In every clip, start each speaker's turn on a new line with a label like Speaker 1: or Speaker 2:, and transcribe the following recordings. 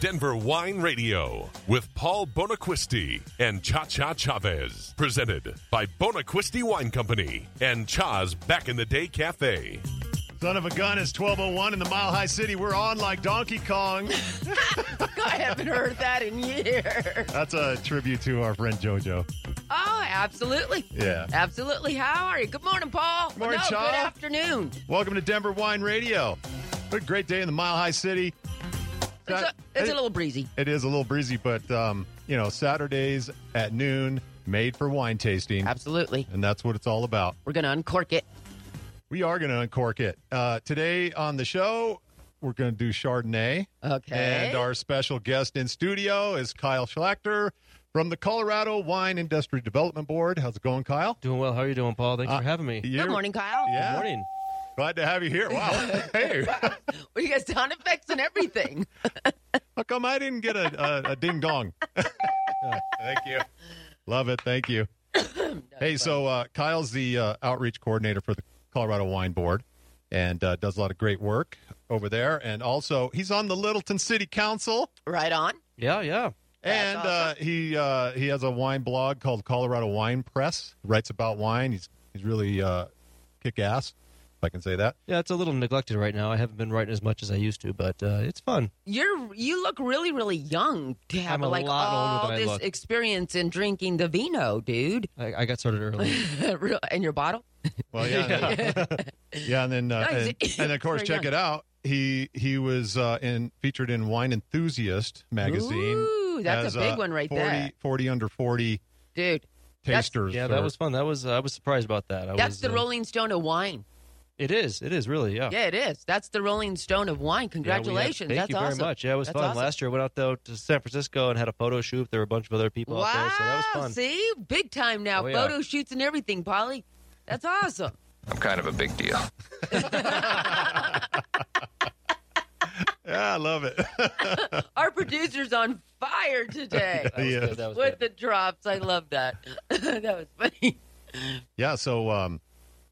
Speaker 1: Denver Wine Radio with Paul Bonaquisti and Cha Cha Chavez. Presented by Bonaquisti Wine Company and Cha's Back in the Day Cafe.
Speaker 2: Son of a gun is 1201 in the Mile High City. We're on like Donkey Kong.
Speaker 3: I haven't heard that in years.
Speaker 2: That's a tribute to our friend JoJo.
Speaker 3: Oh, absolutely.
Speaker 2: Yeah.
Speaker 3: Absolutely. How are you? Good morning, Paul.
Speaker 2: Good morning,
Speaker 3: no,
Speaker 2: Cha.
Speaker 3: Good afternoon.
Speaker 2: Welcome to Denver Wine Radio. What a great day in the Mile High City.
Speaker 3: It's, a,
Speaker 2: Got-
Speaker 3: it's
Speaker 2: it-
Speaker 3: a little breezy.
Speaker 2: It is a little breezy, but um, you know, Saturdays at noon, made for wine tasting,
Speaker 3: Absolutely.
Speaker 2: and that's what it's all about.
Speaker 3: We're going to uncork it.
Speaker 2: We are going to uncork it uh, today on the show. We're going to do Chardonnay.
Speaker 3: Okay.
Speaker 2: And our special guest in studio is Kyle Schlachter from the Colorado Wine Industry Development Board. How's it going, Kyle?
Speaker 4: Doing well. How are you doing, Paul? Thanks
Speaker 2: Uh,
Speaker 4: for having me.
Speaker 2: You're-
Speaker 3: Good morning, Kyle.
Speaker 2: Yeah.
Speaker 4: Good morning.
Speaker 2: Glad to have you here. Wow. hey,
Speaker 3: Well, you got sound effects and everything.
Speaker 2: how come I didn't get a, a, a ding dong? Thank you. Love it. Thank you. Hey, so uh, Kyle's the uh, outreach coordinator for the Colorado Wine Board and uh, does a lot of great work over there. And also, he's on the Littleton City Council.
Speaker 3: Right on.
Speaker 4: Yeah, yeah.
Speaker 3: That's
Speaker 2: and uh,
Speaker 3: awesome.
Speaker 2: he uh, he has a wine blog called Colorado Wine Press. Writes about wine. He's he's really uh, kick ass, if I can say that.
Speaker 4: Yeah, it's a little neglected right now. I haven't been writing as much as I used to, but uh, it's fun.
Speaker 3: You're you look really really young to have
Speaker 4: I'm a
Speaker 3: like
Speaker 4: lot older
Speaker 3: all
Speaker 4: than I
Speaker 3: this
Speaker 4: look.
Speaker 3: experience in drinking the vino, dude.
Speaker 4: I, I got started early.
Speaker 3: Real- in your bottle.
Speaker 2: Well, yeah, yeah. and then uh,
Speaker 3: No, he's-
Speaker 2: and, and of course,
Speaker 3: very
Speaker 2: check
Speaker 3: young.
Speaker 2: it out. He he was uh, in featured in Wine Enthusiast magazine.
Speaker 3: Ooh, that's
Speaker 2: as,
Speaker 3: a big
Speaker 2: uh,
Speaker 3: one right
Speaker 2: 40,
Speaker 3: there,
Speaker 2: 40 under forty
Speaker 3: dude. That's-
Speaker 2: tasters.
Speaker 4: yeah,
Speaker 2: or-
Speaker 4: that was fun. That was I was surprised about that. I
Speaker 3: That's
Speaker 4: was,
Speaker 3: the
Speaker 4: uh,
Speaker 3: Rolling Stone of wine.
Speaker 4: It is. It is really. Yeah.
Speaker 3: Yeah, it is. That's the Rolling Stone of wine.
Speaker 4: Yeah, we had-
Speaker 3: Congratulations.
Speaker 4: thank
Speaker 3: That's
Speaker 4: you
Speaker 3: awesome.
Speaker 4: very much. Yeah, it was
Speaker 3: That's
Speaker 4: fun.
Speaker 3: awesome.
Speaker 4: Last year, I went out though to San Francisco and had a photo shoot. There were a bunch of other people
Speaker 3: Wow.
Speaker 4: out there, so that was fun.
Speaker 3: See, big time now.
Speaker 4: Oh, yeah.
Speaker 3: Photo shoots and everything, Polly. That's awesome.
Speaker 5: I'm kind of a big deal.
Speaker 2: yeah, I love it.
Speaker 3: Our producer's on fire today
Speaker 4: That was
Speaker 2: Yeah.
Speaker 4: good, that was
Speaker 3: with
Speaker 4: good.
Speaker 3: the drops. I love that. that was funny.
Speaker 2: yeah, so um,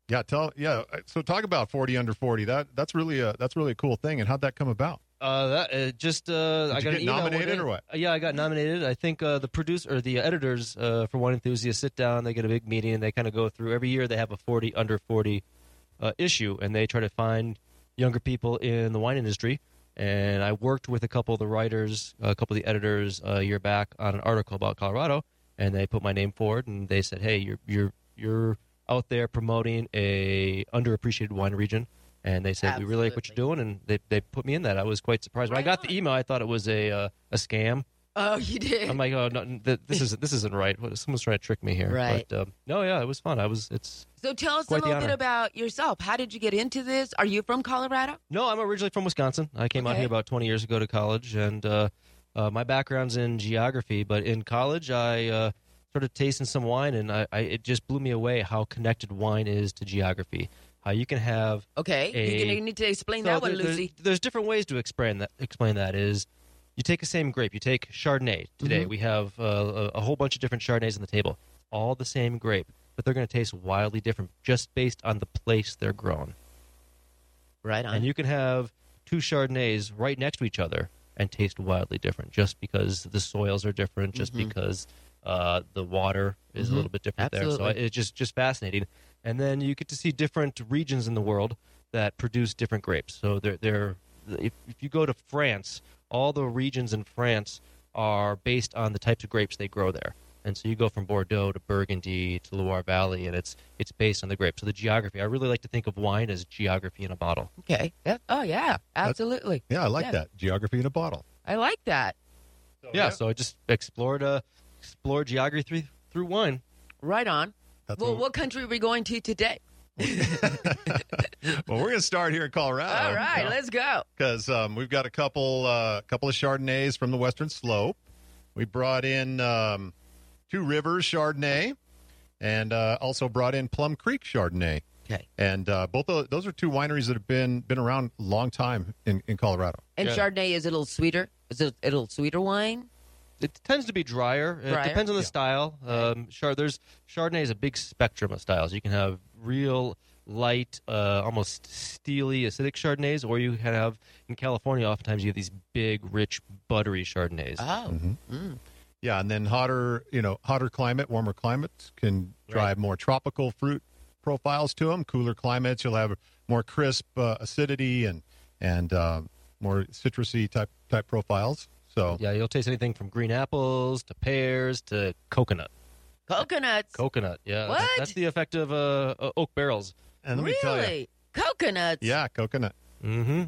Speaker 2: yeah, tell yeah. uh, So talk about forty under forty. That that's really a that's really a cool thing. And how'd that come about?
Speaker 4: Uh, that uh, just uh, I
Speaker 2: you
Speaker 4: got
Speaker 2: get
Speaker 4: an email one
Speaker 2: nominated
Speaker 4: day.
Speaker 2: or what?
Speaker 4: Uh, yeah, I got nominated. I think uh, the producer or the editors uh, for Wine Enthusiast sit down. They get a big meeting and they kind of go through every year. They have a forty under forty uh, issue and they try to find younger people in the wine industry. And I worked with a couple of the writers, a couple of the editors uh, a year back on an article about Colorado, and they put my name forward and they said, "Hey, you're you're you're out there promoting a underappreciated wine region." And they said, "We really like what you're doing," and they, they put me in that. I was quite surprised. When I
Speaker 3: Right
Speaker 4: got
Speaker 3: on.
Speaker 4: the email, I thought it was a uh, a scam.
Speaker 3: Oh, you did.
Speaker 4: I'm like, "Oh, no, th- this isn't this isn't right. What- Someone's trying to trick me here."
Speaker 3: Right.
Speaker 4: But, um, no, yeah, it was fun. I was it's
Speaker 3: so tell us a
Speaker 4: quite the
Speaker 3: little bit
Speaker 4: honor.
Speaker 3: about yourself. How did you get into this? Are you from Colorado?
Speaker 4: No, I'm originally from Wisconsin. I came out
Speaker 3: Okay.
Speaker 4: here about 20 years ago to college, and uh, uh, my background's in geography. But in college, I uh, started tasting some wine, and I, I, it just blew me away how connected wine is to geography. How you can have
Speaker 3: Okay.
Speaker 4: A-
Speaker 3: You're going to need to explain
Speaker 4: Eh, so
Speaker 3: that one,
Speaker 4: there- there's-
Speaker 3: Lucy.
Speaker 4: There's, different ways to explain that. Explain that is, you take the same grape. You take Chardonnay today.
Speaker 3: Mm-hmm.
Speaker 4: We have uh, a, a whole bunch of different Chardonnays on the table, all the same grape, but they're going to taste wildly different just based on the place they're grown.
Speaker 3: Right
Speaker 4: And you can have two Chardonnays right next to each other and taste wildly different just because the soils are different, just because uh, the water is
Speaker 3: Mhm.
Speaker 4: a little bit different there. So
Speaker 3: Absolutely.
Speaker 4: it's just, just fascinating. And then you get to see different regions in the world that produce different grapes. So they're, they're, if, if you go to France, all the regions in France are based on the types of grapes they grow there. And so you go from Bordeaux to Burgundy to Loire Valley, and it's it's based on the grape. So the geography. I really like to think of wine as geography in a bottle.
Speaker 3: okay. Yeah. Oh, yeah. Absolutely.
Speaker 2: Yeah, I like
Speaker 3: Yeah.
Speaker 2: that geography in a bottle.
Speaker 3: I like that.
Speaker 4: yeah, so I just explored uh, explored geography through, through wine.
Speaker 3: Right on.
Speaker 2: That's
Speaker 3: well,
Speaker 2: what-
Speaker 3: what country are we going to today?
Speaker 2: Well, we're gonna start here in
Speaker 4: Oh,
Speaker 2: Colorado.
Speaker 3: All right, let's go.
Speaker 2: because um, we've got a couple uh, couple of Chardonnays from the Western Slope. We brought in um, Two Rivers Chardonnay, and uh, also brought in Plum Creek Chardonnay.
Speaker 3: Okay.
Speaker 2: And uh, both of, those are two wineries that have been been around a long time in, in Colorado.
Speaker 3: And
Speaker 4: Yeah.
Speaker 3: Chardonnay is a little sweeter. Is it a little sweeter wine?
Speaker 4: It tends to be drier.
Speaker 3: Drier?
Speaker 4: It depends on the
Speaker 2: Yeah.
Speaker 4: style. Um, Chard- there's Chardonnay is a big spectrum of styles. You can have real light, uh, almost steely, acidic Chardonnays, or you can have in California. Oftentimes, you get these big, rich, buttery Chardonnays.
Speaker 3: Oh.
Speaker 2: Mm-hmm. Yeah, and then hotter, you know, hotter climate, warmer climates can drive more tropical fruit profiles to them. Cooler climates, you'll have more crisp uh, acidity and and uh, more citrusy type type profiles. So
Speaker 4: Yeah, you'll taste anything from green apples to pears to coconut.
Speaker 3: Coconuts.
Speaker 4: Coconut, yeah. That's,
Speaker 3: What?
Speaker 4: that's the effect of uh, uh, oak barrels.
Speaker 2: and let
Speaker 3: really?
Speaker 2: me tell you,
Speaker 3: Coconuts.
Speaker 2: yeah, coconut.
Speaker 4: Mm-hmm.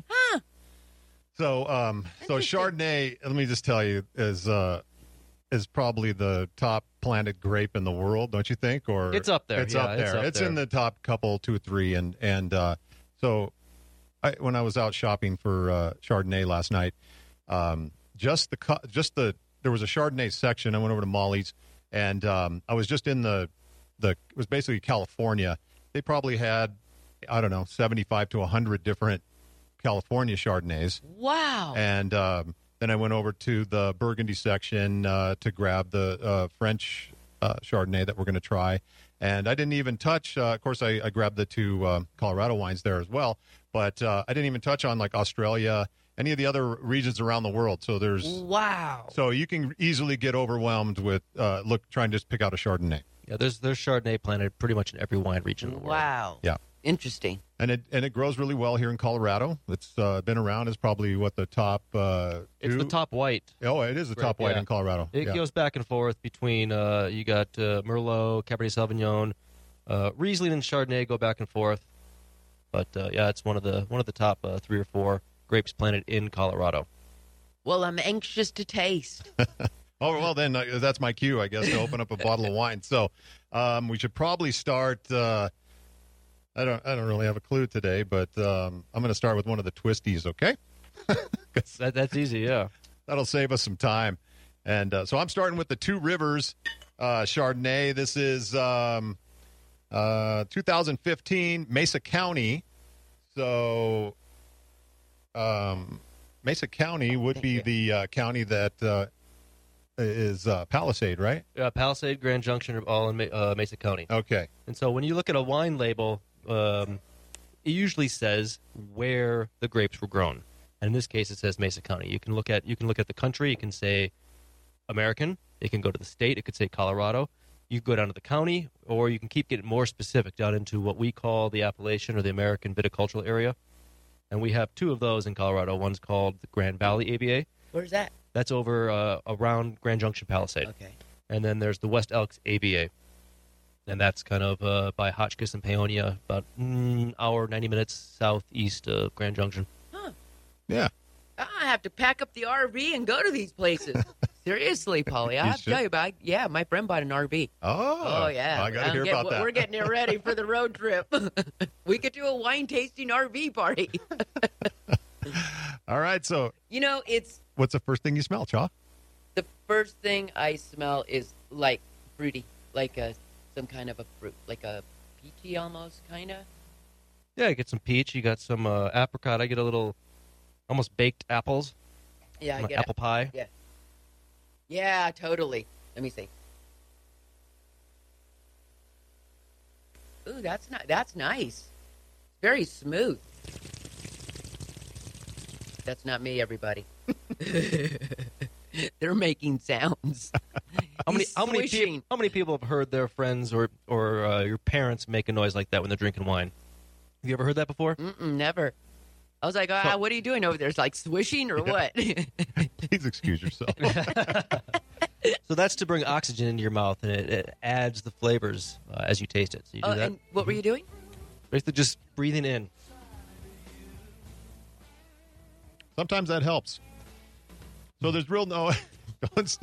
Speaker 2: So um, so
Speaker 3: Interesting.
Speaker 2: Chardonnay, let me just tell you, is uh, is probably the top planted grape in the world, don't you think? Or
Speaker 4: It's up there.
Speaker 2: It's
Speaker 4: Yeah,
Speaker 2: up there.
Speaker 4: it's
Speaker 2: It's,
Speaker 4: up there.
Speaker 2: in the top couple, two, three, and and uh, so I, when I was out shopping for uh, Chardonnay last night, um, just the co- just the there was a Chardonnay section. I went over to Molly's, and um, I was just in the the it was basically California. They probably had I don't know seventy five to hundred different California Chardonnays.
Speaker 3: Wow.
Speaker 2: And um, then I went over to the Burgundy section uh, to grab the uh, French uh, Chardonnay that we're going to try. And I didn't even touch, uh, of course, I, I grabbed the two uh, Colorado wines there as well, but uh, I didn't even touch on like Australia, any of the other regions around the world. So there's,
Speaker 3: wow.
Speaker 2: so you can easily get overwhelmed with uh, look trying to just pick out a Chardonnay.
Speaker 4: Yeah, there's there's Chardonnay planted pretty much in every wine region in the world.
Speaker 3: Wow.
Speaker 2: Yeah.
Speaker 3: Interesting.
Speaker 2: And it and it grows really well here in Colorado. It's uh, been around as probably what the top. Uh,
Speaker 4: It's the
Speaker 2: two-
Speaker 4: top white.
Speaker 2: Oh, it is the
Speaker 4: Right,
Speaker 2: top white
Speaker 4: yeah.
Speaker 2: in Colorado.
Speaker 4: It
Speaker 2: Yeah.
Speaker 4: goes back and forth between uh, you got uh, Merlot, Cabernet Sauvignon, uh, Riesling, and Chardonnay go back and forth. But uh, yeah, it's one of the one of the top uh, three or four grapes planted in Colorado.
Speaker 3: Well, I'm anxious to taste.
Speaker 2: Oh well, then uh, that's my cue, I guess, to open up a bottle of wine. So um, we should probably start. Uh, I don't. I don't really have a clue today, but um, I'm going to start with one of the twisties. Okay,
Speaker 4: That, that's easy, yeah.
Speaker 2: that'll save us some time. And uh, so I'm starting with the Two Rivers uh, Chardonnay. This is um, uh, 2015 Mesa County. So um, Mesa County would be the uh, county that uh, is uh, Palisade, right?
Speaker 4: Uh, Palisade, Grand Junction are all in Ma- uh, Mesa County.
Speaker 2: Okay.
Speaker 4: And so when you look at a wine label, um, it usually says where the grapes were grown. And in this case, it says Mesa County. You can look at you can look at the country. You can say American. It can go to the state. It could say Colorado. You can go down to the county, or you can keep getting more specific down into what we call the Appalachian or the American viticultural area. And we have two of those in Colorado. One's called the Grand Valley ABA.
Speaker 3: Where's that?
Speaker 4: That's over uh, around Grand Junction Palisade
Speaker 3: Okay.
Speaker 4: and then there's the West Elks ABA, and that's kind of uh, by Hotchkiss and Paonia, about mm, hour ninety minutes southeast of Grand Junction.
Speaker 2: Yeah.
Speaker 3: Ah, I have to pack up the RV and go to these places. Seriously, Polly, I
Speaker 2: You
Speaker 3: have to tell
Speaker 2: should.
Speaker 3: you about. Yeah, my friend bought an RV.
Speaker 2: Oh,
Speaker 3: Oh, yeah,
Speaker 2: I got to
Speaker 3: I'm
Speaker 2: hear
Speaker 3: getting-
Speaker 2: about that.
Speaker 3: We're getting it ready for the road trip. we could do a wine tasting RV party.
Speaker 2: All right. So,
Speaker 3: You know, it's
Speaker 2: what's the first thing you smell, Chaw?
Speaker 3: the first thing I smell is like fruity, like a some kind of a fruit, like a peachy almost kind of.
Speaker 4: Yeah, you get some peach, you got some uh, apricot. I get a little almost baked apples,
Speaker 3: Yeah, I
Speaker 4: like
Speaker 3: get
Speaker 4: apple pie.
Speaker 3: It. Yeah, totally. Let me see. Ooh, that's not that's nice. Very smooth. That's not me, everybody. They're making sounds.
Speaker 4: How many
Speaker 3: He's
Speaker 4: how many
Speaker 3: swishing.
Speaker 4: people how many people have heard their friends or or uh, your parents make a noise like that when they're drinking wine? Have you ever heard that before?
Speaker 3: Mm-mm, never. I was like, ah,
Speaker 2: So-
Speaker 3: what are you doing over there? It's like swishing or what?
Speaker 2: Please excuse yourself.
Speaker 4: So that's to bring oxygen into your mouth, and it, it adds the flavors uh, as you taste it. So you do
Speaker 3: oh,
Speaker 4: that.
Speaker 3: and what were you
Speaker 2: Mm-hmm.
Speaker 3: doing?
Speaker 4: Basically, just breathing in.
Speaker 2: Sometimes that helps. So there's real no. Don't, s-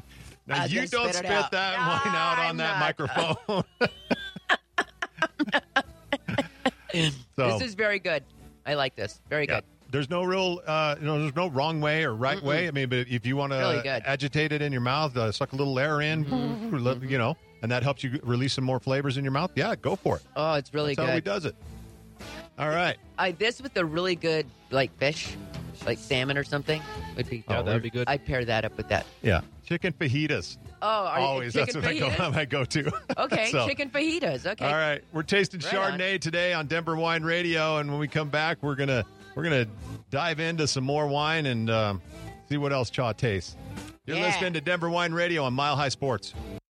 Speaker 2: now
Speaker 3: I
Speaker 2: you
Speaker 3: just
Speaker 2: don't
Speaker 3: spit
Speaker 2: spit
Speaker 3: it out.
Speaker 2: that
Speaker 3: No,
Speaker 2: wine out on
Speaker 3: I'm
Speaker 2: that
Speaker 3: not.
Speaker 2: microphone. so
Speaker 3: This is very good. I like this. Very
Speaker 2: Oh. yeah,
Speaker 3: good.
Speaker 2: there's no real, uh, you know, there's no wrong way or right way. I mean, but if you want to
Speaker 3: Really good. Mm-hmm.
Speaker 2: agitate it in your mouth, uh, suck a little air in, let- you know, and that helps you release some more flavors in your mouth. Yeah, go for it.
Speaker 3: Oh, it's really
Speaker 2: That's how he
Speaker 3: good.
Speaker 2: does it. All right.
Speaker 3: I this with a really good like fish. like salmon or something would be.
Speaker 4: Oh, that'd be good.
Speaker 3: I pair that up with that.
Speaker 2: Yeah, chicken fajitas.
Speaker 3: Oh, are you-
Speaker 2: Always, that's
Speaker 3: chicken
Speaker 2: what I go.
Speaker 3: fajitas?
Speaker 2: I go to.
Speaker 3: Okay,
Speaker 2: So-
Speaker 3: chicken fajitas. Okay.
Speaker 2: All right, we're tasting
Speaker 3: Right on.
Speaker 2: Chardonnay today on Denver Wine Radio, and when we come back, we're gonna we're gonna dive into some more wine and um, see what else Chaw tastes. You're
Speaker 3: Yeah.
Speaker 2: listening to Denver Wine Radio on Mile High Sports.